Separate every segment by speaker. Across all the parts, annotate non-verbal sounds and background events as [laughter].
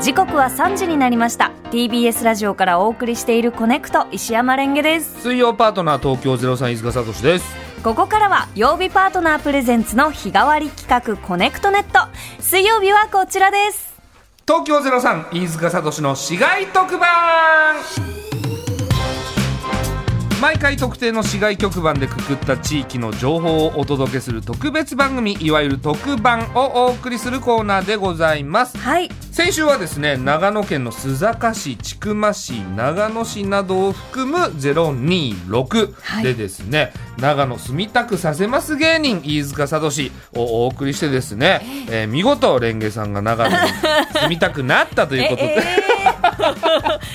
Speaker 1: 時刻は3時になりました TBS ラジオからお送りしている「コネクト」石山レンゲです
Speaker 2: 水曜パートナー東京03飯塚聡です
Speaker 1: ここからは曜日パートナープレゼンツの日替わり企画「コネクトネット」水曜日はこちらです
Speaker 2: 東京03飯塚聡の市街特番毎回特定の市街局番でくくった地域の情報をお届けする特別番組いわゆる特番をお送りするコーナーでございます
Speaker 1: はい
Speaker 2: 先週はですね長野県の須坂市千曲市長野市などを含む
Speaker 1: は
Speaker 2: 026
Speaker 1: い
Speaker 2: でですね、長野住みたくさせます芸人飯塚聡をお送りしてですね、えー見事レンゲさんが長野に住みたくなったということで、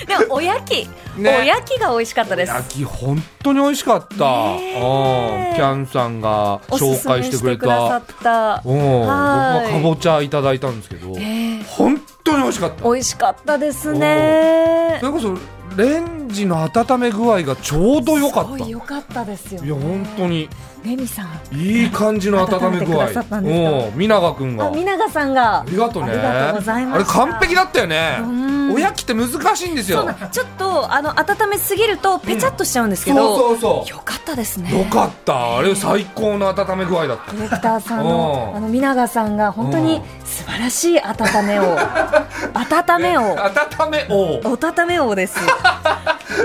Speaker 2: [laughs]
Speaker 1: ーでもおやき、
Speaker 2: ね
Speaker 1: おやきが美味しかったです
Speaker 2: 焼き本当に美味しかった、
Speaker 1: ねえ
Speaker 2: うんキャンさんが
Speaker 1: おす
Speaker 2: 紹
Speaker 1: すめ
Speaker 2: 介してくれ
Speaker 1: くださ
Speaker 2: た
Speaker 1: った
Speaker 2: うん僕
Speaker 1: はい
Speaker 2: はかぼちゃいただいたんですけど、
Speaker 1: ねえ
Speaker 2: 本当に美味しかった
Speaker 1: 美味しかったですね
Speaker 2: [laughs] それこそレンジの温め具合がちょうど良かっ
Speaker 1: すご
Speaker 2: た
Speaker 1: い
Speaker 2: いや
Speaker 1: 良かったですよね
Speaker 2: 本当に
Speaker 1: レミさん
Speaker 2: いい感じの温め
Speaker 1: 温めて
Speaker 2: 具
Speaker 1: く
Speaker 2: 合
Speaker 1: ださったんですか
Speaker 2: うん皆川君が
Speaker 1: あ、みながさんが。
Speaker 2: ありがとうね
Speaker 1: ありがとうございま
Speaker 2: あれ
Speaker 1: した。
Speaker 2: 完璧だったよね
Speaker 1: うん
Speaker 2: おやきって難しいんです
Speaker 1: そ
Speaker 2: よ
Speaker 1: うなんちょっと、あの、温めすぎると、ぺちゃっとしちゃうんですけど。
Speaker 2: そうそうそ
Speaker 1: よかったです
Speaker 2: う
Speaker 1: ね。
Speaker 2: よかったあれ最高の温め具合だった
Speaker 1: ディレクターさんの
Speaker 2: う、ん
Speaker 1: あの、みながさんが、本当に素晴らしい温め
Speaker 2: [laughs]
Speaker 1: を。温めを。
Speaker 2: 温め王
Speaker 1: お温め王です。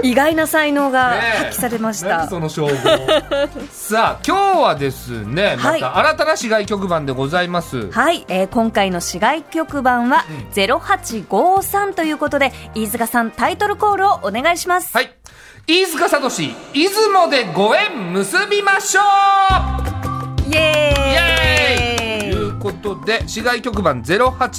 Speaker 1: 意外な才能が
Speaker 2: ねえ
Speaker 1: 発揮されまし
Speaker 2: 何
Speaker 1: た。
Speaker 2: そ
Speaker 1: [laughs]
Speaker 2: の称号さあ今日はですねま
Speaker 1: はい
Speaker 2: た新たな市外局番でございます
Speaker 1: はい、えー今回の市外局番は
Speaker 2: うん
Speaker 1: 0853ということで、飯塚さんタイトルコールをお願いします。
Speaker 2: はい。飯塚聡、出雲でご縁結びましょう
Speaker 1: イエー
Speaker 2: イ
Speaker 1: イ
Speaker 2: エーイということで、市外局番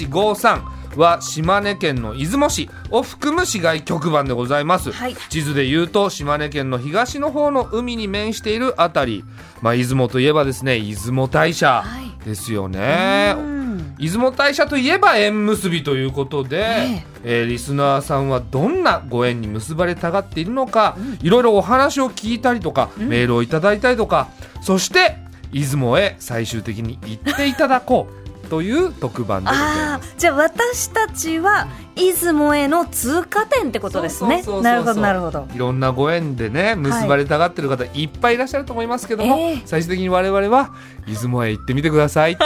Speaker 2: 0853は島根県の出雲市を含む市外局番でございます。
Speaker 1: はい
Speaker 2: 地図で言うと、島根県の東の方の海に面しているあたり。まあ、出雲といえばですね、出雲大社
Speaker 1: はい
Speaker 2: ですよね。
Speaker 1: うん
Speaker 2: 出雲大社といえば縁結びということで、
Speaker 1: ね
Speaker 2: えーリスナーさんはどんなご縁に結ばれたがっているのか、いろいろお話を聞いたりとか、メールをいただいたりとかそして出雲へ最終的に行っていただこうという特番でございま
Speaker 1: ああ、じゃあ私たちは出雲への通過点ってことですね
Speaker 2: そうそうそうそ。う
Speaker 1: なるほどなるほど。
Speaker 2: すいろんなご縁でね結ばれたがってる方いっぱいいらっしゃると思いますけども、
Speaker 1: ええ
Speaker 2: 最終的に我々は出雲へ行ってみてくだ
Speaker 1: [laughs]
Speaker 2: さいって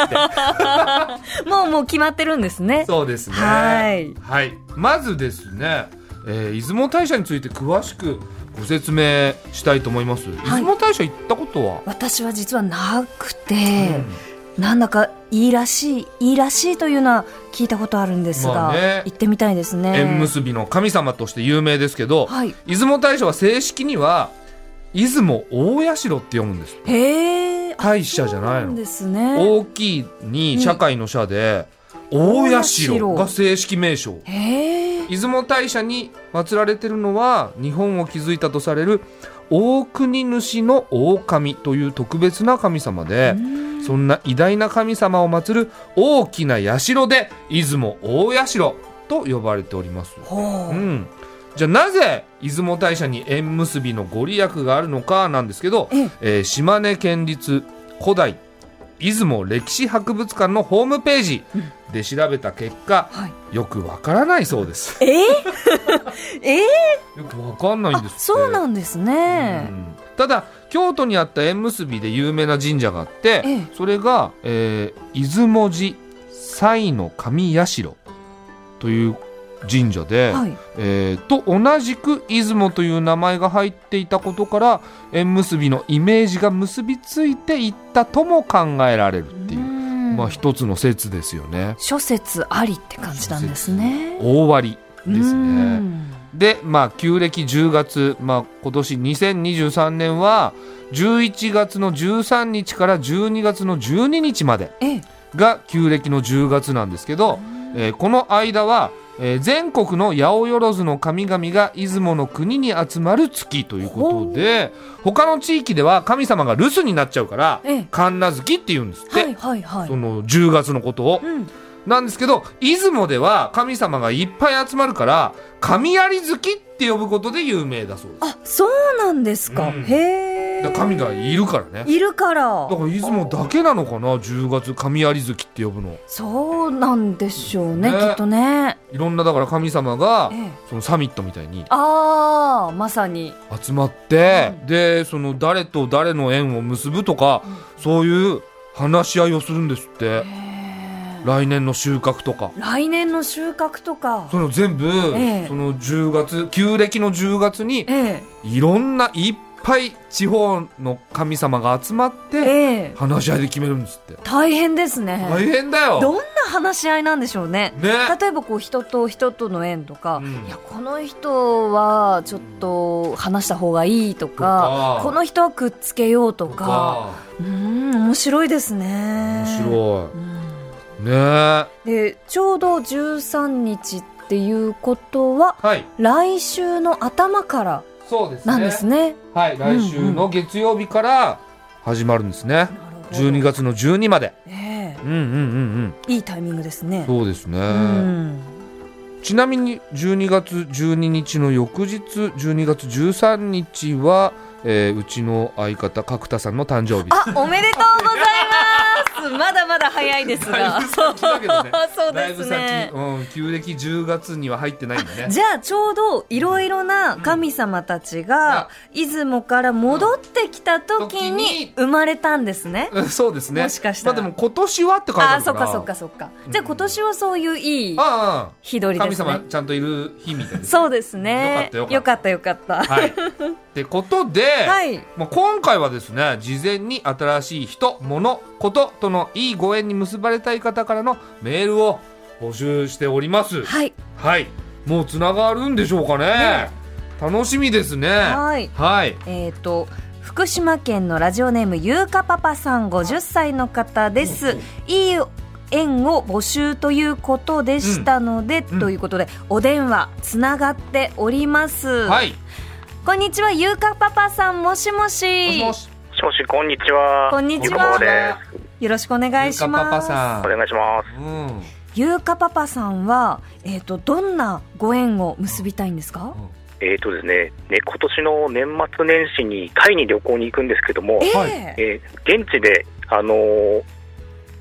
Speaker 1: もうもう決まってるんですね。
Speaker 2: そうですね
Speaker 1: はい
Speaker 2: はいまずですね、えー出雲大社について詳しくご説明したいと思います、
Speaker 1: はい
Speaker 2: 出雲大社行ったことは、
Speaker 1: 私は実はなくて、なんだかいいらしいいいらしいというのは聞いたことあるんですが、
Speaker 2: まあね
Speaker 1: 行ってみたいですね。
Speaker 2: 縁結びの神様として有名ですけど、
Speaker 1: はい。
Speaker 2: 出雲大社は正式には出雲大社って読むんです
Speaker 1: へえ。あ
Speaker 2: 大社じゃ
Speaker 1: そ
Speaker 2: ない
Speaker 1: う
Speaker 2: の
Speaker 1: んですね。
Speaker 2: 大きいに社会の社で、大社が正式名称
Speaker 1: へえ。
Speaker 2: 出雲大社に祀られてるのは日本を築いたとされる大国主の大神という特別な神様でそんな偉大な神様を祀る大きな社で出雲大社と呼ばれております。
Speaker 1: ほう。
Speaker 2: うん、じゃあなぜ出雲大社に縁結びのご利益があるのかなんですけど、
Speaker 1: ええ
Speaker 2: えー島根県立古代出雲歴史博物館のホームページで調べた結果、
Speaker 1: はい。
Speaker 2: よくわからないそうです。
Speaker 1: えー、 [laughs] えー、
Speaker 2: よくわかんないん
Speaker 1: あ
Speaker 2: ですって
Speaker 1: そうなんですね
Speaker 2: う。んただ京都にあった縁結びで有名な神社があって、
Speaker 1: ええ
Speaker 2: それが、えー出雲寺西の神社という神社で、
Speaker 1: はい。
Speaker 2: えーと同じく出雲という名前が入っていたことから縁結びのイメージが結びついていったとも考えられるっていう、
Speaker 1: ん
Speaker 2: まあ一つの説ですよね。
Speaker 1: 諸説ありって感じなんですね。
Speaker 2: 大割ですね。
Speaker 1: うん
Speaker 2: で、まあ、旧暦10月、まあ、今年2023年は11月の13日から12月の12日まで
Speaker 1: ええ、
Speaker 2: が旧暦の10月なんですけど、えーこの間は、えー全国の八百万の神々が出雲の国に集まる月ということで他の地域では神様が留守になっちゃうから
Speaker 1: ええ
Speaker 2: 神奈月って言うんですって、
Speaker 1: はいはいはい
Speaker 2: そ。の10月のことを。
Speaker 1: うん、
Speaker 2: なんですけど、出雲では神様がいっぱい集まるから、神有月って呼ぶことで有名だそうです。
Speaker 1: あ、そうなんですか。
Speaker 2: うん
Speaker 1: へ
Speaker 2: や神がいるからね
Speaker 1: いるから
Speaker 2: だから出雲だけなのかな10月神有月って呼ぶの
Speaker 1: そうなんでしょうね
Speaker 2: ね
Speaker 1: きっとね
Speaker 2: いろんなだから神様が
Speaker 1: ええ
Speaker 2: そのサミットみたいに
Speaker 1: ああまさに
Speaker 2: 集まって、
Speaker 1: う
Speaker 2: でその誰と誰の縁を結ぶとか、そういう話し合いをするんですって、来年の収穫とか
Speaker 1: 来年の収穫とか
Speaker 2: そういうの全部、
Speaker 1: ええ
Speaker 2: その10月旧暦の10月に
Speaker 1: え
Speaker 2: いろんないっぱい地方の神様が集まっ
Speaker 1: え
Speaker 2: て
Speaker 1: ええ
Speaker 2: 話し合いで決めるんですって
Speaker 1: 大変ですね、
Speaker 2: 大変だよ
Speaker 1: どんな話し合いなんでしょうね
Speaker 2: ね
Speaker 1: 例えばこう人と人との縁とか、
Speaker 2: うん
Speaker 1: いやこの人はちょっと話した方がいいとか
Speaker 2: とか
Speaker 1: この人はくっつけようと
Speaker 2: と
Speaker 1: かうーん面白いですね
Speaker 2: 面
Speaker 1: い、
Speaker 2: 白
Speaker 1: うん
Speaker 2: いねは
Speaker 1: でちょうど13日っていうことはい来週の頭から
Speaker 2: そうですね
Speaker 1: なんですね
Speaker 2: はい来週の月曜日から始まるんですね、12月の12まで
Speaker 1: え
Speaker 2: うんうんうん
Speaker 1: えいいタイミングです
Speaker 2: う
Speaker 1: ね
Speaker 2: んそうですね、
Speaker 1: うん
Speaker 2: ちなみに12月12日の翌日12月13日は、えーうちの相方角田さんの誕生日
Speaker 1: あおめでとうご
Speaker 2: [laughs]
Speaker 1: ざいますまだまだ早いです
Speaker 2: だ
Speaker 1: が
Speaker 2: いぶ先だけどね
Speaker 1: [laughs] そう
Speaker 2: だい
Speaker 1: で
Speaker 2: ぶ
Speaker 1: す
Speaker 2: 先
Speaker 1: ね、
Speaker 2: うん、旧暦10月には入ってないんだね
Speaker 1: [laughs] じゃあちょうどいろいろな神様たちが出雲から戻ってきた時
Speaker 2: うん時
Speaker 1: に
Speaker 2: に
Speaker 1: 生まれたんですね。
Speaker 2: うんそうですね
Speaker 1: もしかしたら
Speaker 2: まあでも今年はって書いて
Speaker 1: あ
Speaker 2: あ
Speaker 1: あ
Speaker 2: る
Speaker 1: そ
Speaker 2: か
Speaker 1: っ
Speaker 2: ら
Speaker 1: かそっかそっか
Speaker 2: う。ん
Speaker 1: じゃあ今年はそういういい
Speaker 2: あ
Speaker 1: 日取
Speaker 2: あ
Speaker 1: りで
Speaker 2: 神
Speaker 1: す
Speaker 2: 様
Speaker 1: ね。
Speaker 2: ちゃんといる日みたいです
Speaker 1: そうですね。
Speaker 2: よ
Speaker 1: よか
Speaker 2: か
Speaker 1: ったよかった。
Speaker 2: はいってことで、
Speaker 1: はい。
Speaker 2: まあ、今回はですね事前に新しい人物こととのいいご縁に結ばれたい方からのメールを募集しております
Speaker 1: はい。
Speaker 2: はいもうつながるんでしょうかね
Speaker 1: ね
Speaker 2: 楽しみですね
Speaker 1: はい
Speaker 2: はい
Speaker 1: えっ、と福島県のラジオネームゆうかパパさん50歳の方です。いい縁を募集ということでしたので、
Speaker 2: うん
Speaker 1: ということでお電話つながっております。は
Speaker 2: はい
Speaker 1: こんにちは、ゆうかパパさん、もしも
Speaker 2: も
Speaker 1: し。
Speaker 2: しもし
Speaker 3: もしもしこんにちは。
Speaker 1: こんにちは
Speaker 3: ゆうこで
Speaker 1: よろしくお願いします。
Speaker 2: ゆうかパパさ
Speaker 3: す。お願いします。
Speaker 2: んうんうん
Speaker 1: ゆうかパパさんは、えっ、と、どんなご縁を結びたいんですか。
Speaker 3: えっ、とですね、ね今年の年末年始にタイに旅行に行くんですけども、
Speaker 1: ええ
Speaker 2: はい
Speaker 3: えー現地であのー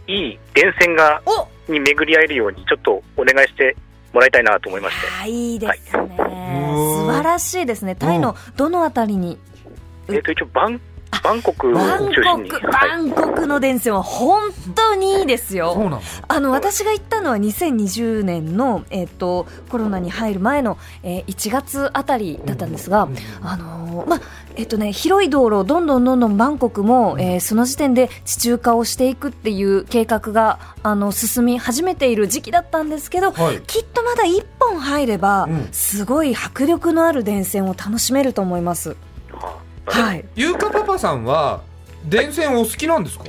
Speaker 3: いい電線が
Speaker 1: お、
Speaker 3: に巡り合えるようにちょっとお願いしてもらいたいなと思いまして。
Speaker 1: あ、いいですね、
Speaker 2: う
Speaker 1: 素
Speaker 2: ん
Speaker 1: 晴らしいですね。タイのどのあたりに。
Speaker 3: えっ、と一応バン
Speaker 1: あ
Speaker 3: バンコクを
Speaker 1: バン
Speaker 3: 中心に、
Speaker 1: コク、バ
Speaker 3: はい、
Speaker 1: ンコクの電線は本当にいいです
Speaker 2: そう
Speaker 1: よ。
Speaker 2: なの
Speaker 1: あの、私が行ったのは2020年の、えっ、と、コロナに入る前の、えー1月あたりだったんですが。
Speaker 2: うん
Speaker 1: あのーまあえっとね、広い道路をどんどんどんどんバンコクも、えーその時点で地中化をしていくっていう計画があの進み始めている時期だったんですけど
Speaker 2: はい
Speaker 1: きっとまだ1本入れば、
Speaker 2: うん
Speaker 1: すごい迫力のある電線を楽しめると思います。
Speaker 3: あ、
Speaker 1: はいい、
Speaker 2: ゆうかパパさんは電線お好きなんですか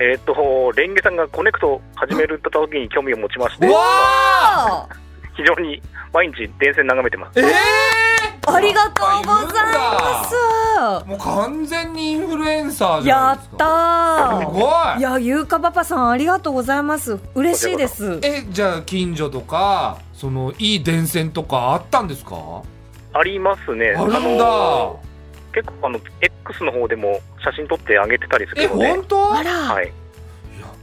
Speaker 3: えっ、とレンゲさんがコネクトを始めるた時に興味を持ちまして
Speaker 2: う、わー
Speaker 1: あ
Speaker 3: 非常に毎日電線眺めてます。
Speaker 2: ええ
Speaker 1: ーありがとうございま
Speaker 2: もう完全にインフルエンサー
Speaker 1: す
Speaker 2: じゃない
Speaker 1: や
Speaker 2: です
Speaker 1: っ
Speaker 2: か
Speaker 1: た
Speaker 2: す
Speaker 1: ー
Speaker 2: ごい
Speaker 1: いやゆうかパパさんありがとうございます嬉しいです
Speaker 2: えじゃあ近所とかそのいい電線とかあったんですか
Speaker 3: ありますね。
Speaker 2: ある
Speaker 3: の
Speaker 2: んだ
Speaker 3: 結構あの X の方でも写真撮ってあげてたりする
Speaker 2: え
Speaker 3: ので、
Speaker 2: 本当
Speaker 1: あ
Speaker 2: いや
Speaker 1: ら、、
Speaker 3: はいい、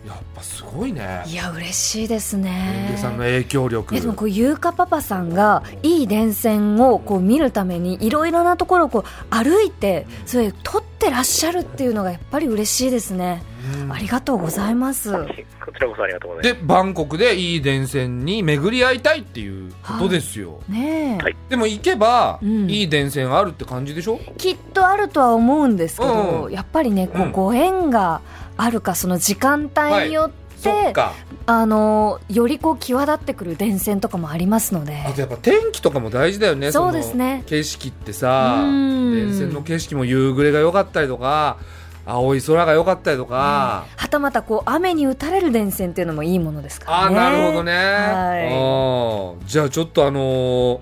Speaker 2: やっぱすごいね
Speaker 1: や嬉しいです
Speaker 2: レン
Speaker 1: ね
Speaker 2: ゲさんの影響力
Speaker 1: えでもこうゆうかパパさんがいい電線をこう見るためにいろいろなところをこう歩いてそれ撮ってらっしゃるっていうのがやっぱり嬉しいですね
Speaker 2: うん
Speaker 1: ありがとうございます
Speaker 3: こちらこそありがとうござい
Speaker 2: でバンコクでいい電線に巡り合いたいっていうことですよ、
Speaker 1: ねえ、
Speaker 3: はい
Speaker 2: でも行けば、
Speaker 1: うん
Speaker 2: いい電線あるって感じでしょ
Speaker 1: きっとあるとは思うんですけど、
Speaker 2: うん
Speaker 1: やっぱりねこ
Speaker 2: うん
Speaker 1: うご縁があるかその時間帯によって、
Speaker 2: そっか
Speaker 1: あのよりこう際立ってくる電線とかもありますので
Speaker 2: あとやっぱ天気とかも大事だよね
Speaker 1: そうですね
Speaker 2: その景色ってさ
Speaker 1: うん
Speaker 2: 電線の景色も夕暮れが良かったりとか青い空が良かったりとか、
Speaker 1: はたまたこう雨に打たれる電線っていうのもいいものですから
Speaker 2: あー
Speaker 1: ね
Speaker 2: なるほどね、
Speaker 1: はい
Speaker 2: あーじゃあちょっとあのー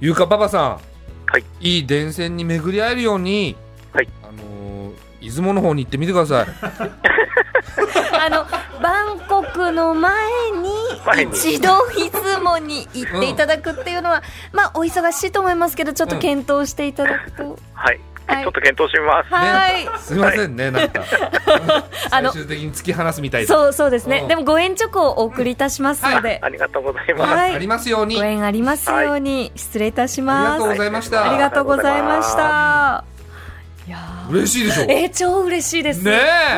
Speaker 2: ゆうかパパさん、
Speaker 3: はい、
Speaker 2: いい電線に巡り合えるように、
Speaker 3: はい
Speaker 2: あのー出雲の方に行ってみてください。
Speaker 1: あのバンコクの前
Speaker 3: 前
Speaker 1: に
Speaker 3: に
Speaker 1: 一度出雲に行っていただくっていうのは、まあお忙しいと思いますけどちょっと検討していただくと、
Speaker 3: ます。はい、
Speaker 1: はい
Speaker 3: ちょっと検討してみます。
Speaker 1: はい。
Speaker 2: すいませんね、なんか
Speaker 1: [laughs] あ
Speaker 2: 最
Speaker 1: の
Speaker 2: 終的に突き放すみたいな
Speaker 1: そうそうです
Speaker 2: う
Speaker 1: ね
Speaker 2: ん。
Speaker 1: でもご縁チョコをお送りいたしますので
Speaker 3: あ、りがとうございます。
Speaker 1: はい
Speaker 2: ありますように
Speaker 1: ご縁ありますように失礼いたし
Speaker 2: あり
Speaker 1: ま
Speaker 2: がとうご
Speaker 1: す。
Speaker 2: ざいました
Speaker 1: ありがとうございました。いやー
Speaker 2: 嬉しいでしょ
Speaker 1: えー、超嬉しいです。
Speaker 2: ね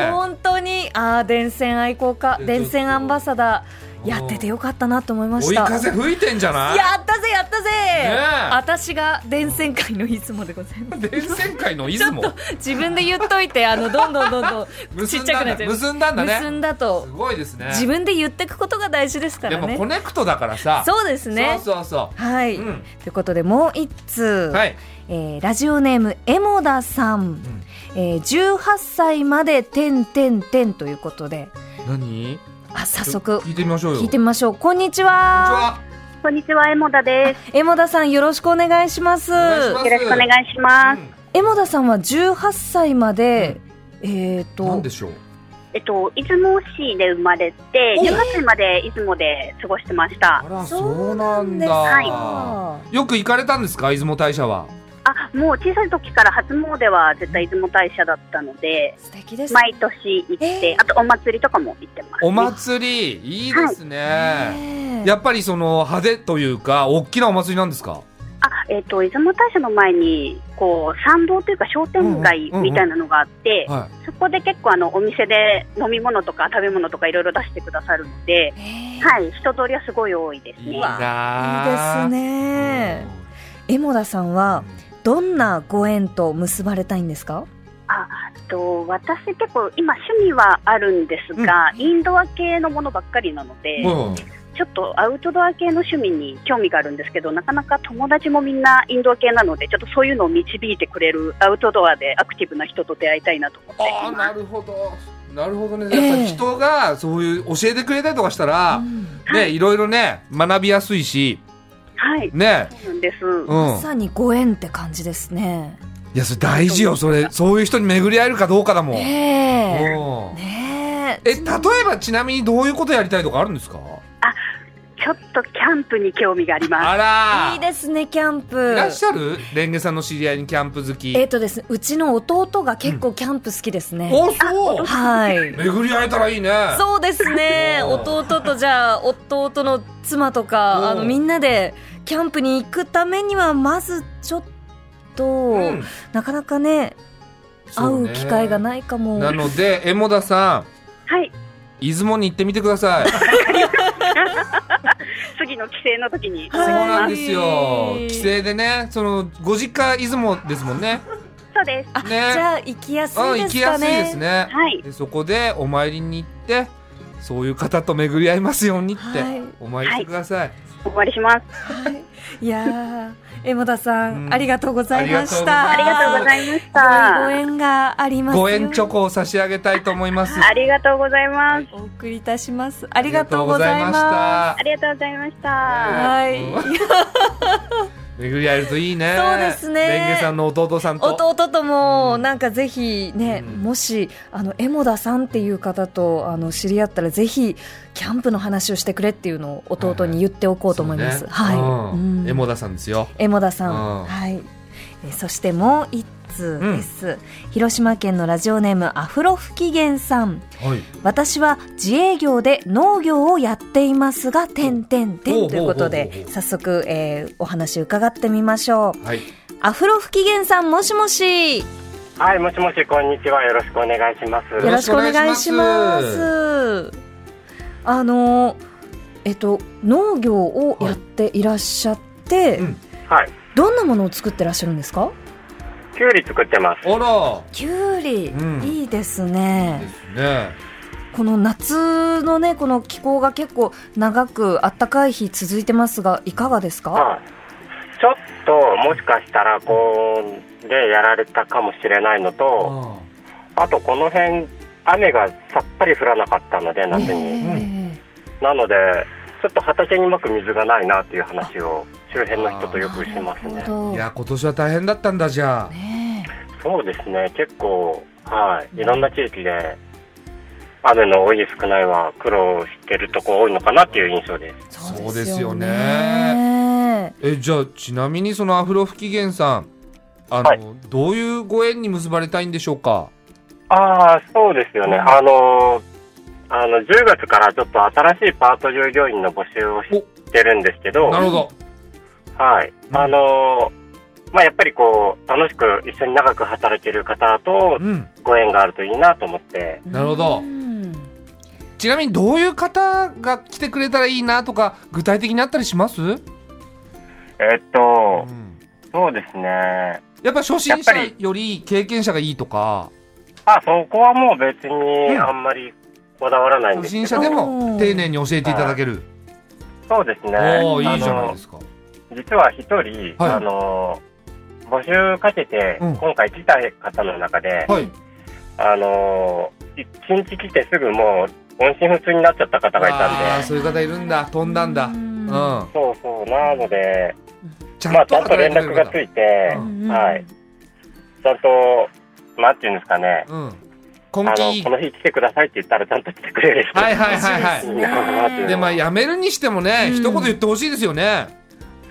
Speaker 2: え
Speaker 1: 本当に、ああ、電線愛好家、
Speaker 2: え
Speaker 1: 電線アンバサダ
Speaker 2: う
Speaker 1: ー、
Speaker 2: ん
Speaker 1: やっててよかったなと思いまし
Speaker 2: 追い
Speaker 1: た。
Speaker 2: 風吹いてんじゃない
Speaker 1: やったぜ、やったぜ、
Speaker 2: え
Speaker 1: 私が電線界の出雲でございます。
Speaker 2: 電線界の出雲
Speaker 1: [laughs] 自分で言っといて、あの、どんどんどんどん、ち
Speaker 2: 結
Speaker 1: っ
Speaker 2: ん
Speaker 1: ちゃ
Speaker 2: だ
Speaker 1: く
Speaker 2: ん
Speaker 1: なっ
Speaker 2: だ
Speaker 1: ちゃう。
Speaker 2: 結んだんだ
Speaker 1: 結
Speaker 2: ね
Speaker 1: んだと
Speaker 2: す、ごいですね
Speaker 1: 自分で言ってくことが大事ですか
Speaker 2: や
Speaker 1: ら
Speaker 2: っぱ
Speaker 1: ね
Speaker 2: コ。ネクトだからさ
Speaker 1: そうですね。
Speaker 2: そうそうそ
Speaker 1: はい、
Speaker 2: うん
Speaker 1: ということで、もう一通。
Speaker 2: うはい
Speaker 1: えーラジオネームエモダさん、えー18歳までてんてんてんということで
Speaker 2: 何
Speaker 1: あ早速
Speaker 2: 聞いてみましょうよ
Speaker 1: 聞いてみましょうこんにちは
Speaker 2: こんに
Speaker 4: こんにちは、エモダです。
Speaker 1: エモダさんよろしくお願いします
Speaker 2: お願いします
Speaker 4: よろしくお願いします。
Speaker 1: エモダさんは18歳まで、えっ、
Speaker 2: うんなん
Speaker 1: と
Speaker 2: でしょう
Speaker 4: えっと、出雲市で生まれて、
Speaker 2: お
Speaker 4: 18歳まで出雲で過ごしてました
Speaker 2: あ。ら
Speaker 1: そ
Speaker 2: そうう
Speaker 1: な
Speaker 2: なんん
Speaker 1: です
Speaker 2: だ
Speaker 1: か
Speaker 2: よく行かれたんですか出雲大社は
Speaker 4: あ、もう小さい時から初詣は絶対出雲大社だったので、
Speaker 1: 素敵ですね
Speaker 4: 毎年行っ
Speaker 1: えー
Speaker 4: て、あとお祭りとかも行ってます、
Speaker 2: お祭りいいですね
Speaker 1: ねえ
Speaker 2: やっぱりその派手というか大きなお祭りなんですか
Speaker 4: あ、えっと、出雲大社の前に、こう、参道というか商店街みたいなのがあって、
Speaker 2: は
Speaker 4: そこで結構あの、お店で飲み物とか食べ物とかいろいろ出してくださるので、
Speaker 1: え
Speaker 4: はい、人通りはすごい多いです
Speaker 2: いい
Speaker 4: ね
Speaker 2: い。
Speaker 1: ーい
Speaker 2: ない
Speaker 1: です
Speaker 2: い
Speaker 1: ねエモダさんはどんなご縁と結ばれたいんですか
Speaker 4: えっと私結構今趣味はあるんですが、インドア系のものばっかりなので、
Speaker 2: うん
Speaker 4: ちょっとアウトドア系の趣味に興味があるんですけどなかなか友達もみんなインドア系なのでちょっとそういうのを導いてくれるアウトドアでアクティブな人と出会いたいなと思って
Speaker 2: ああ
Speaker 4: 今
Speaker 2: なるほどなるほどね
Speaker 1: ええ
Speaker 2: やっぱり人がそういう教えてくれたりとかしたら、
Speaker 1: うん
Speaker 2: ねいろいろね学びやすいし
Speaker 4: はい
Speaker 2: ね
Speaker 4: そうなんです、
Speaker 2: う
Speaker 4: あ
Speaker 2: ん
Speaker 1: まさにご縁って感じですね
Speaker 2: いやそれ大事よそれそういう人に巡り合えるかどうかだもん、
Speaker 1: ねえ
Speaker 2: うん
Speaker 1: ねえ
Speaker 2: え例えばちなみにどういうことやりたいとかあるんですか
Speaker 4: ちょっとキャンプに興味があります
Speaker 2: あら
Speaker 1: いいですねキャンプ
Speaker 2: いらっしゃるレンゲさんの知り合いにキャンプ好き
Speaker 1: えっ、とですねうちの弟が結構キャンプ好きですね、
Speaker 2: おそう
Speaker 1: はい
Speaker 2: 巡り会えたらいいね
Speaker 1: そうですね
Speaker 2: おー
Speaker 1: 弟とじゃあ弟の妻とか
Speaker 2: おー
Speaker 1: あのみんなでキャンプに行くためにはまずちょっと、
Speaker 2: うん
Speaker 1: なかなかね会
Speaker 2: そう
Speaker 1: う
Speaker 2: ね
Speaker 1: 機会がないかも
Speaker 2: なので江モ田さん
Speaker 4: はい
Speaker 2: 出雲に行ってみてくださいそう
Speaker 4: 次の帰省の時に
Speaker 1: はい
Speaker 2: なんですよ
Speaker 1: はい
Speaker 2: 帰省でねそのご実家出雲ですもんね
Speaker 4: そうです
Speaker 1: あ、
Speaker 2: ね
Speaker 1: じゃあ行きやすい
Speaker 2: うん行
Speaker 1: で
Speaker 2: き
Speaker 1: すか
Speaker 2: やすい
Speaker 1: ね
Speaker 2: ですね
Speaker 4: はい
Speaker 2: でそこでお参りに行ってそういう方と巡り合いますようにって、
Speaker 1: はい
Speaker 2: お参りしてください、
Speaker 4: 終わりします
Speaker 1: はいいやー江本さん、
Speaker 2: うん
Speaker 1: ありがとうございました
Speaker 2: あ
Speaker 4: ありがとうございました
Speaker 1: ご縁がありますよう
Speaker 2: ご
Speaker 1: に
Speaker 2: 縁チョコを差し上げたいと思います
Speaker 4: ありがとうございます
Speaker 1: お送りいたしますありがとうございます
Speaker 2: あ
Speaker 4: ありがとうございました、
Speaker 1: は
Speaker 2: り
Speaker 1: い [laughs]
Speaker 2: がとうございましたうん巡り合えるといいね
Speaker 1: そうですね
Speaker 2: レンゲさんの弟さんと
Speaker 1: 弟とも
Speaker 2: うん
Speaker 1: なんかぜひね、
Speaker 2: うん
Speaker 1: もしあのエモダさんっていう方とあの知り合ったらぜひキャンプの話をしてくれっていうのを弟に言っておこうと思います。
Speaker 2: そうね
Speaker 1: はい、
Speaker 2: うん
Speaker 1: うん
Speaker 2: エモダさんですよ
Speaker 1: エモダさ
Speaker 2: うん
Speaker 1: ん、はい。えーそしてもう一通です、広島県のラジオネームアフロ不機嫌さん。
Speaker 2: はい
Speaker 1: 私は自営業で農業をやっていますが、てんてんてんということ
Speaker 2: ほうほうほうほう
Speaker 1: で
Speaker 2: ほ、う
Speaker 1: 早速、えーお話伺ってみましょう。
Speaker 2: はい
Speaker 1: アフロ不機嫌さん、もしもし。
Speaker 5: はい、もしもし、こんにちは。よろしくお願いします。
Speaker 1: よ
Speaker 2: よ
Speaker 1: ろ
Speaker 2: ろ
Speaker 1: し
Speaker 2: し
Speaker 1: く
Speaker 2: く
Speaker 1: お
Speaker 2: お
Speaker 1: 願
Speaker 2: 願
Speaker 1: い
Speaker 2: い
Speaker 1: し
Speaker 2: し
Speaker 1: ま。
Speaker 2: ます
Speaker 1: あのえっと農業をやっていらっしゃって、
Speaker 2: いうん
Speaker 5: はい。
Speaker 1: どんなものを作ってらっしゃるんですか？
Speaker 5: きゅうり作ってます。
Speaker 2: あら
Speaker 1: きゅうり、
Speaker 2: うん
Speaker 1: いいです
Speaker 2: で
Speaker 1: ね。
Speaker 2: すね
Speaker 1: この夏のねこの気候が結構長く暖かい日続いてますがいかがですか？
Speaker 5: はい。ちょっと、もしかしたら、こう、でやられたかもしれないのと、
Speaker 2: あ
Speaker 5: あと、この辺、雨がさっぱり降らなかったので、夏に。
Speaker 1: え
Speaker 5: なので、ちょっと畑にうまく水がないなっていう話を、周辺の人と
Speaker 1: え
Speaker 5: よくします
Speaker 1: な
Speaker 5: ね
Speaker 1: る。ほ
Speaker 2: ーい
Speaker 1: ど
Speaker 2: や今年は大変だったんだじゃ
Speaker 1: ねえ
Speaker 5: そうですね、結構、はい。いろんな地域で、雨の多い少ないは苦労してるとこ多いのかなっていう印象です。
Speaker 2: あ
Speaker 1: そうですよ
Speaker 2: そうですよね
Speaker 1: ね。
Speaker 2: えじゃあちなみにそのアフロ不機嫌さんあの、
Speaker 5: はい
Speaker 2: どういうご縁に結ばれたいんでしょうか
Speaker 5: ああ、そうですよね。
Speaker 2: うん
Speaker 5: あの、あの、10月からちょっと新しいパート従業員の募集をしてるんですけど、
Speaker 2: なるほど。
Speaker 5: はい。
Speaker 2: うん
Speaker 5: あの、まあ、やっぱりこう、楽しく一緒に長く働ける方と
Speaker 2: うん。
Speaker 5: ご縁があるといいなと思って、
Speaker 2: なるほど
Speaker 1: うん
Speaker 2: ちなみにどういう方が来てくれたらいいなとか、具体的にあったりします、う
Speaker 5: えっと、
Speaker 2: ん、
Speaker 5: そうですね。
Speaker 2: やっぱ初心
Speaker 5: やっぱ
Speaker 2: 者
Speaker 5: り
Speaker 2: より経験者がいいとか、
Speaker 5: あ、そこはもう別
Speaker 2: う
Speaker 5: に
Speaker 2: ん
Speaker 5: あんまりこだわらないんで
Speaker 2: 初
Speaker 5: すけ
Speaker 2: 心
Speaker 5: ど、
Speaker 2: 者でも丁寧に教えていただける。
Speaker 5: そうですね。
Speaker 2: おお
Speaker 5: あ
Speaker 2: ー、いいじゃない
Speaker 5: の
Speaker 2: で、すか。
Speaker 5: 実は一人、
Speaker 2: はい
Speaker 5: あの、募集かけて、
Speaker 2: うん
Speaker 5: 今回来た方の中で、
Speaker 2: はい。
Speaker 5: あのー、一日来てすぐもう音信不通になっちゃった方がいた
Speaker 2: あー
Speaker 5: んで、
Speaker 2: そういう方いるんだ。飛んだんだ。
Speaker 1: う
Speaker 2: うん。
Speaker 1: ん
Speaker 5: そうそう、なので、
Speaker 2: ち
Speaker 5: まあ、ちゃんと連
Speaker 2: 働いてくれ
Speaker 5: 絡が
Speaker 2: る
Speaker 5: つ
Speaker 2: 方
Speaker 5: いて
Speaker 2: う、
Speaker 1: ん
Speaker 5: はいちゃんと、なんていうんですかね、
Speaker 2: うん。
Speaker 5: あ
Speaker 2: 根
Speaker 5: の、
Speaker 2: 気
Speaker 5: この日来てくださいって言ったらちゃんと来てくれる人。
Speaker 2: はいはいはいはい
Speaker 1: そう
Speaker 5: いいなってい
Speaker 1: ですね
Speaker 5: うのは
Speaker 2: で、まあ、やめるにしても
Speaker 1: う
Speaker 2: ね、
Speaker 1: ん
Speaker 2: 一言言ってほしいですよね。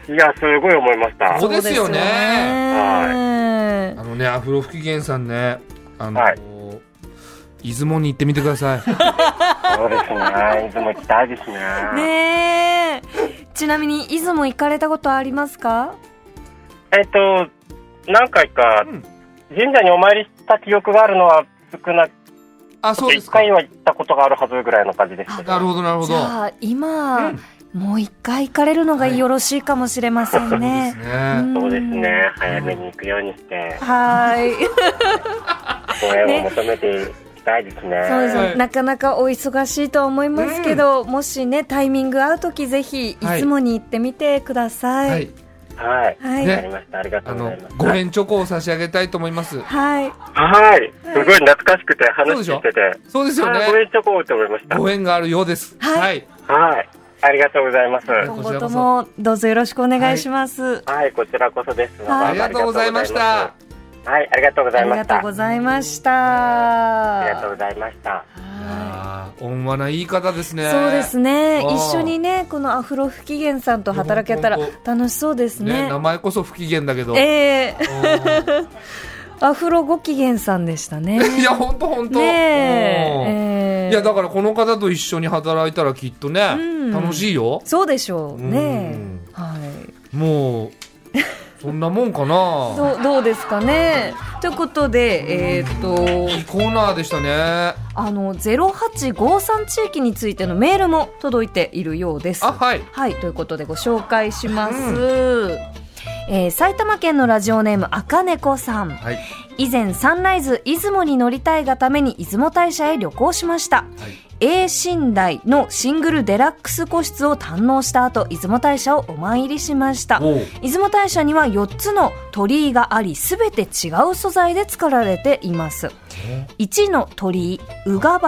Speaker 5: いや、すごい思いました。
Speaker 2: そうですよね
Speaker 1: はい
Speaker 2: あのね、アフロ不機嫌さんね、あの、
Speaker 5: はい
Speaker 2: 出雲に行ってみてください。
Speaker 5: そうですね。いつも行きたいですね。
Speaker 1: ねえちなみに出雲行かれたことありますか
Speaker 5: えっと、何回か
Speaker 2: うん、
Speaker 5: 神社にお参りした記憶があるのは少なく [laughs]
Speaker 2: あ、そう
Speaker 5: て、
Speaker 2: で
Speaker 5: 一
Speaker 2: すか。
Speaker 5: 回は行ったことがあるはずぐらいの感じですけど。
Speaker 2: なるほど、なるほ
Speaker 1: じ
Speaker 2: ど。
Speaker 1: ゃあ今、
Speaker 2: うん
Speaker 1: もう一回行かれるのが
Speaker 2: はい
Speaker 1: よろしいかもしれません
Speaker 2: そうです
Speaker 1: ね。
Speaker 2: ね。
Speaker 5: そうですね。早めに行くようにして、
Speaker 1: はい。
Speaker 5: 応援を求めていきたいですね。
Speaker 1: そうです
Speaker 2: は
Speaker 1: ね。
Speaker 2: い
Speaker 1: なかなかお忙しいと思いますけど、もしね、タイミング合うとき、ぜひ、い
Speaker 2: はい
Speaker 1: つもに行ってみてください。
Speaker 2: は
Speaker 1: はい。
Speaker 2: い。
Speaker 5: はい。
Speaker 1: はい。
Speaker 5: わ
Speaker 2: ね
Speaker 5: かりました。ありがと
Speaker 2: あ
Speaker 5: うござ
Speaker 2: の
Speaker 5: います。、
Speaker 2: ご縁チョコを差し上げたいと思います。
Speaker 5: はい。すごい懐かしくて話してて。
Speaker 2: そうですよ
Speaker 5: あーご
Speaker 2: ね。
Speaker 5: めんチョコって思いました。
Speaker 2: ご縁があるようです。
Speaker 1: はい
Speaker 2: はい。
Speaker 5: はい。ありがとうございます。
Speaker 2: はい
Speaker 1: 今後とも、どうぞよろしくお願いします。
Speaker 5: はい、こちらこそです。
Speaker 1: はい
Speaker 2: ありがとうございました。。
Speaker 5: はい、ありがとうござ
Speaker 1: あ
Speaker 5: い
Speaker 1: り
Speaker 5: ま
Speaker 1: が
Speaker 5: し
Speaker 1: と
Speaker 5: た
Speaker 1: う。ございまし
Speaker 5: ありがとう
Speaker 1: た。
Speaker 5: ございました。
Speaker 1: はい
Speaker 2: あー温和ないい方ですね。
Speaker 1: そうですね。
Speaker 2: あー
Speaker 1: 一緒にね、このアフロ不機嫌さんと働けたら
Speaker 2: いやほんと
Speaker 1: 楽しそうです
Speaker 2: ね
Speaker 1: ね
Speaker 2: 名。前こそ不機嫌だけど。
Speaker 1: ええ
Speaker 2: う
Speaker 1: アフロご機嫌さんでしたね。
Speaker 2: んいや、ほんとほん
Speaker 1: ね
Speaker 2: と。うん
Speaker 1: えええ
Speaker 2: いやだからこの方と一緒に働いたらきっとね、
Speaker 1: うん
Speaker 2: 楽しいよ
Speaker 1: そうでしょう
Speaker 2: う
Speaker 1: ね
Speaker 2: ん。
Speaker 1: はい。
Speaker 2: もうそんなもんかな
Speaker 1: どうどうですかね。ということで、えーっと
Speaker 2: いいコーナーでしたね
Speaker 1: あの0853地域についてのメールも届いているようです。
Speaker 2: あはい
Speaker 1: はい、ということでご紹介します。えー埼玉県のラジオネーム赤猫さん
Speaker 2: はい
Speaker 1: 以前サンライズ出雲に乗りたいがために出雲大社へ旅行しました A 寝台のシングルデラックス個室を堪能した後出雲大社をお参りしました
Speaker 2: おう
Speaker 1: 出雲大社には4つの鳥居があり全て違う素材で作られています
Speaker 2: え
Speaker 1: 1の鳥居宇賀橋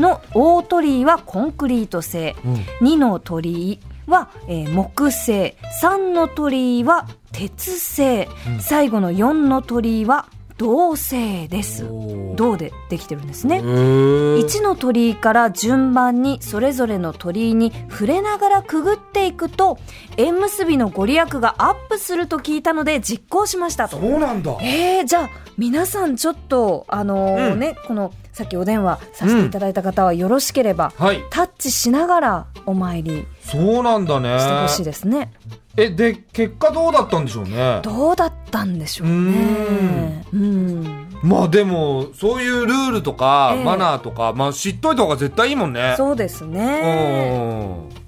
Speaker 1: の大鳥居はコンクリート製
Speaker 2: うん
Speaker 1: 2の鳥居は、えー木製3の鳥居は鉄製、
Speaker 2: うん
Speaker 1: 最後の4の鳥居は銅製です
Speaker 2: おう
Speaker 1: 銅でできてるんです
Speaker 2: へ
Speaker 1: ね
Speaker 2: ー
Speaker 1: 1の鳥居から順番にそれぞれの鳥居に触れながらくぐっていくと縁結びのご利益がアップすると聞いたので実行しましたと
Speaker 2: そうなんだ
Speaker 1: えー、じゃあ皆さんちょっとあのー
Speaker 2: うん
Speaker 1: ねこのさっきお電話させていただいた方はよろしければ、
Speaker 2: はい
Speaker 1: タッチしながらお参り
Speaker 2: そうなんだ
Speaker 1: してほしい
Speaker 2: ね
Speaker 1: ですね、
Speaker 2: えで結果どうだったんでしょうね
Speaker 1: どうだったんでしょうねうん
Speaker 2: まあでもそういうルールとか、
Speaker 1: ええ
Speaker 2: マナーとかまあ知っといた方が絶対いいもんね
Speaker 1: そうですね
Speaker 2: うん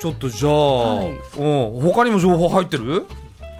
Speaker 2: ちょっとじゃあ、
Speaker 1: はい
Speaker 2: うん他にも情報入ってる、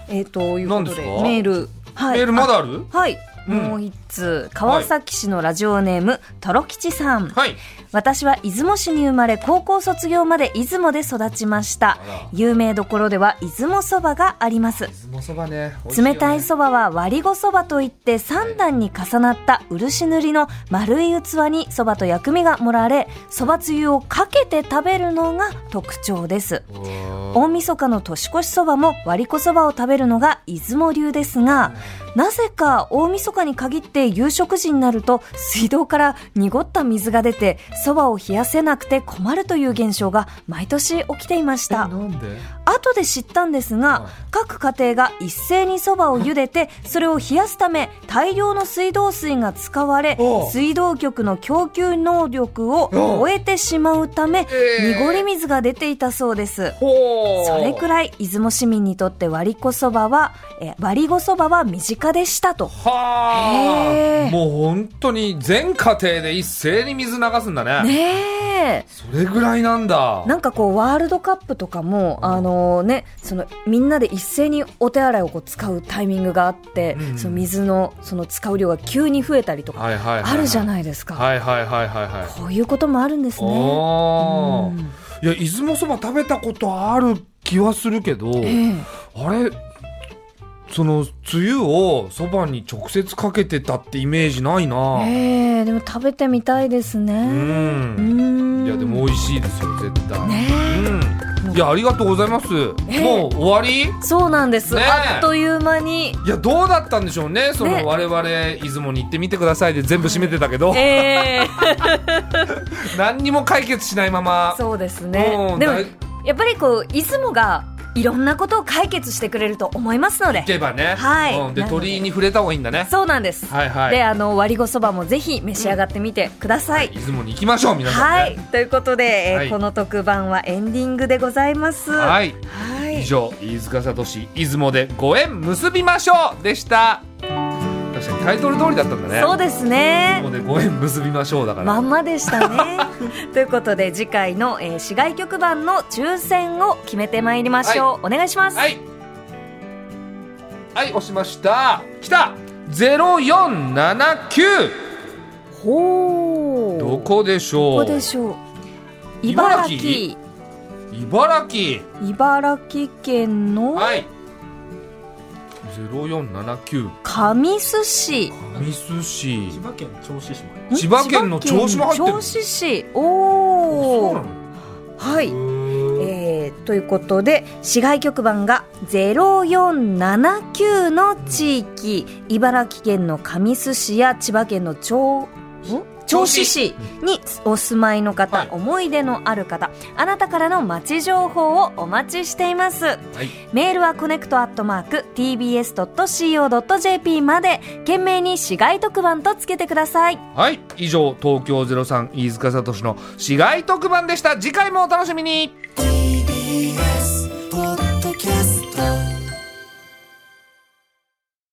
Speaker 1: えー、ということで
Speaker 2: 何ですか
Speaker 1: メール、はい、
Speaker 2: メールまだある
Speaker 1: あはい
Speaker 2: うん
Speaker 1: もう一通川崎市のラジオネーム、とろきちさん
Speaker 2: はい
Speaker 1: 私は出雲市に生まれ高校卒業まで出雲で育ちました
Speaker 2: あら
Speaker 1: 有名どころでは出雲そばがあります
Speaker 2: 出雲そばね
Speaker 1: 冷たいそばは割り子そばといって3段に重なった漆塗りの丸い器にそばと薬味が盛られそばつゆをかけて食べるのが特徴です
Speaker 2: 美味しいよね
Speaker 1: 大晦日の年越しそばも割り子そばを食べるのが出雲流ですがなぜか大晦日に限って夕食時になると水道から濁った水が出てそばを冷やせなくて困るという現象が毎年起きていまし
Speaker 2: え
Speaker 1: た
Speaker 2: なんで
Speaker 1: 後で知ったんですが、
Speaker 2: はい
Speaker 1: 各家庭が一斉にそばを茹でてそれを冷やすため大量の水道水が使われ
Speaker 2: おう
Speaker 1: 水道局の供給能力を超えてしまうため
Speaker 2: えー
Speaker 1: 濁り水が出ていたそうです
Speaker 2: ほう
Speaker 1: それくらい出雲市民にとって割り子そばはえ割り子そばは身近でしたと
Speaker 2: は
Speaker 1: へ
Speaker 2: あ
Speaker 1: ー
Speaker 2: もう本当に全家庭で一斉に水流すんだね
Speaker 1: ねえ
Speaker 2: それぐらいなんだ
Speaker 1: なんかこうワールドカップとかも、
Speaker 2: うん
Speaker 1: あのねそのみんなで一斉にお手洗いをこう使うタイミングがあって、
Speaker 2: うん
Speaker 1: その水のその使う量が急に増えたりとか
Speaker 2: はいはいはいはい
Speaker 1: あるじゃないですか、
Speaker 2: はいはいはいはいはい
Speaker 1: こういうこともあるんですね。
Speaker 2: お
Speaker 1: う
Speaker 2: ー
Speaker 1: ん
Speaker 2: いや出雲そば食べたことある気はするけど
Speaker 1: ええ
Speaker 2: あれその梅雨をそばに直接かけてたってイメージないな、
Speaker 1: ええでも食べてみたいです
Speaker 2: う
Speaker 1: ね。うんん
Speaker 2: いやでも美味しいですよ絶対、
Speaker 1: ね
Speaker 2: うんいやありがとうございます、
Speaker 1: え
Speaker 2: もう終わり
Speaker 1: そうなんです、
Speaker 2: ねえ
Speaker 1: あっという間
Speaker 2: [laughs]
Speaker 1: に。
Speaker 2: いやどうだったんでしょうねその
Speaker 1: ね
Speaker 2: 我々出雲に行ってみてくださいで全部締めてたけど、
Speaker 1: ええ
Speaker 2: [laughs] 何にも解決しないまま
Speaker 1: そうです
Speaker 2: う
Speaker 1: ね
Speaker 2: ん
Speaker 1: でも
Speaker 2: だい
Speaker 1: やっぱりこう出雲がいろんなことを解決してくれると思いますので
Speaker 2: 行けばね、
Speaker 1: はい
Speaker 2: うん、で
Speaker 1: なので
Speaker 2: 鳥居に触れた方がいいんだね
Speaker 1: そうなんです、
Speaker 2: はいはい
Speaker 1: であの割りごそばもぜひ召し上がってみてください、
Speaker 2: 出雲に行きましょう皆さん、ね、
Speaker 1: はい、ということで、えー
Speaker 2: はい
Speaker 1: この特番はエンディングでございます。。
Speaker 2: はいい、以上飯塚聡出雲でご縁結びましょうでした確かにタイトル通りだったんだね
Speaker 1: そうですね
Speaker 2: 出。雲でご縁結びましょうだから、
Speaker 1: まんまでしたね。 [laughs] ということで次回の、えー、市外局番の抽選を決めてまいりましょう。お願いします。
Speaker 2: はいはい押しました来た0479
Speaker 1: ほう。
Speaker 2: どこでし
Speaker 1: ど
Speaker 2: ょ
Speaker 1: こ
Speaker 2: う
Speaker 1: でしょう。
Speaker 2: 茨
Speaker 1: 茨
Speaker 2: 城
Speaker 1: 城。
Speaker 2: 茨城
Speaker 1: 茨城県の
Speaker 2: はい0479
Speaker 1: 神栖市。
Speaker 2: 神栖市
Speaker 6: 千葉県銚子市も
Speaker 1: ん
Speaker 2: 千葉県の銚子も
Speaker 1: 千葉県
Speaker 2: 入ってる
Speaker 1: 銚子市。
Speaker 2: そ
Speaker 1: お
Speaker 2: うな
Speaker 1: お。
Speaker 2: の
Speaker 1: はい。
Speaker 2: へー
Speaker 1: えーということで市外局番が0479の地域茨城県の神栖市や千葉県の銚ん銚子市にお住まいの方、
Speaker 2: はい
Speaker 1: 思い出のある方あなたからの街情報をお待ちしています、メールはコネクトアットマーク tbs.co.jp まで懸命に市外特番とつけてください
Speaker 2: はい以上東京03飯塚聡の市街特番でした次回もお楽しみに
Speaker 7: TBS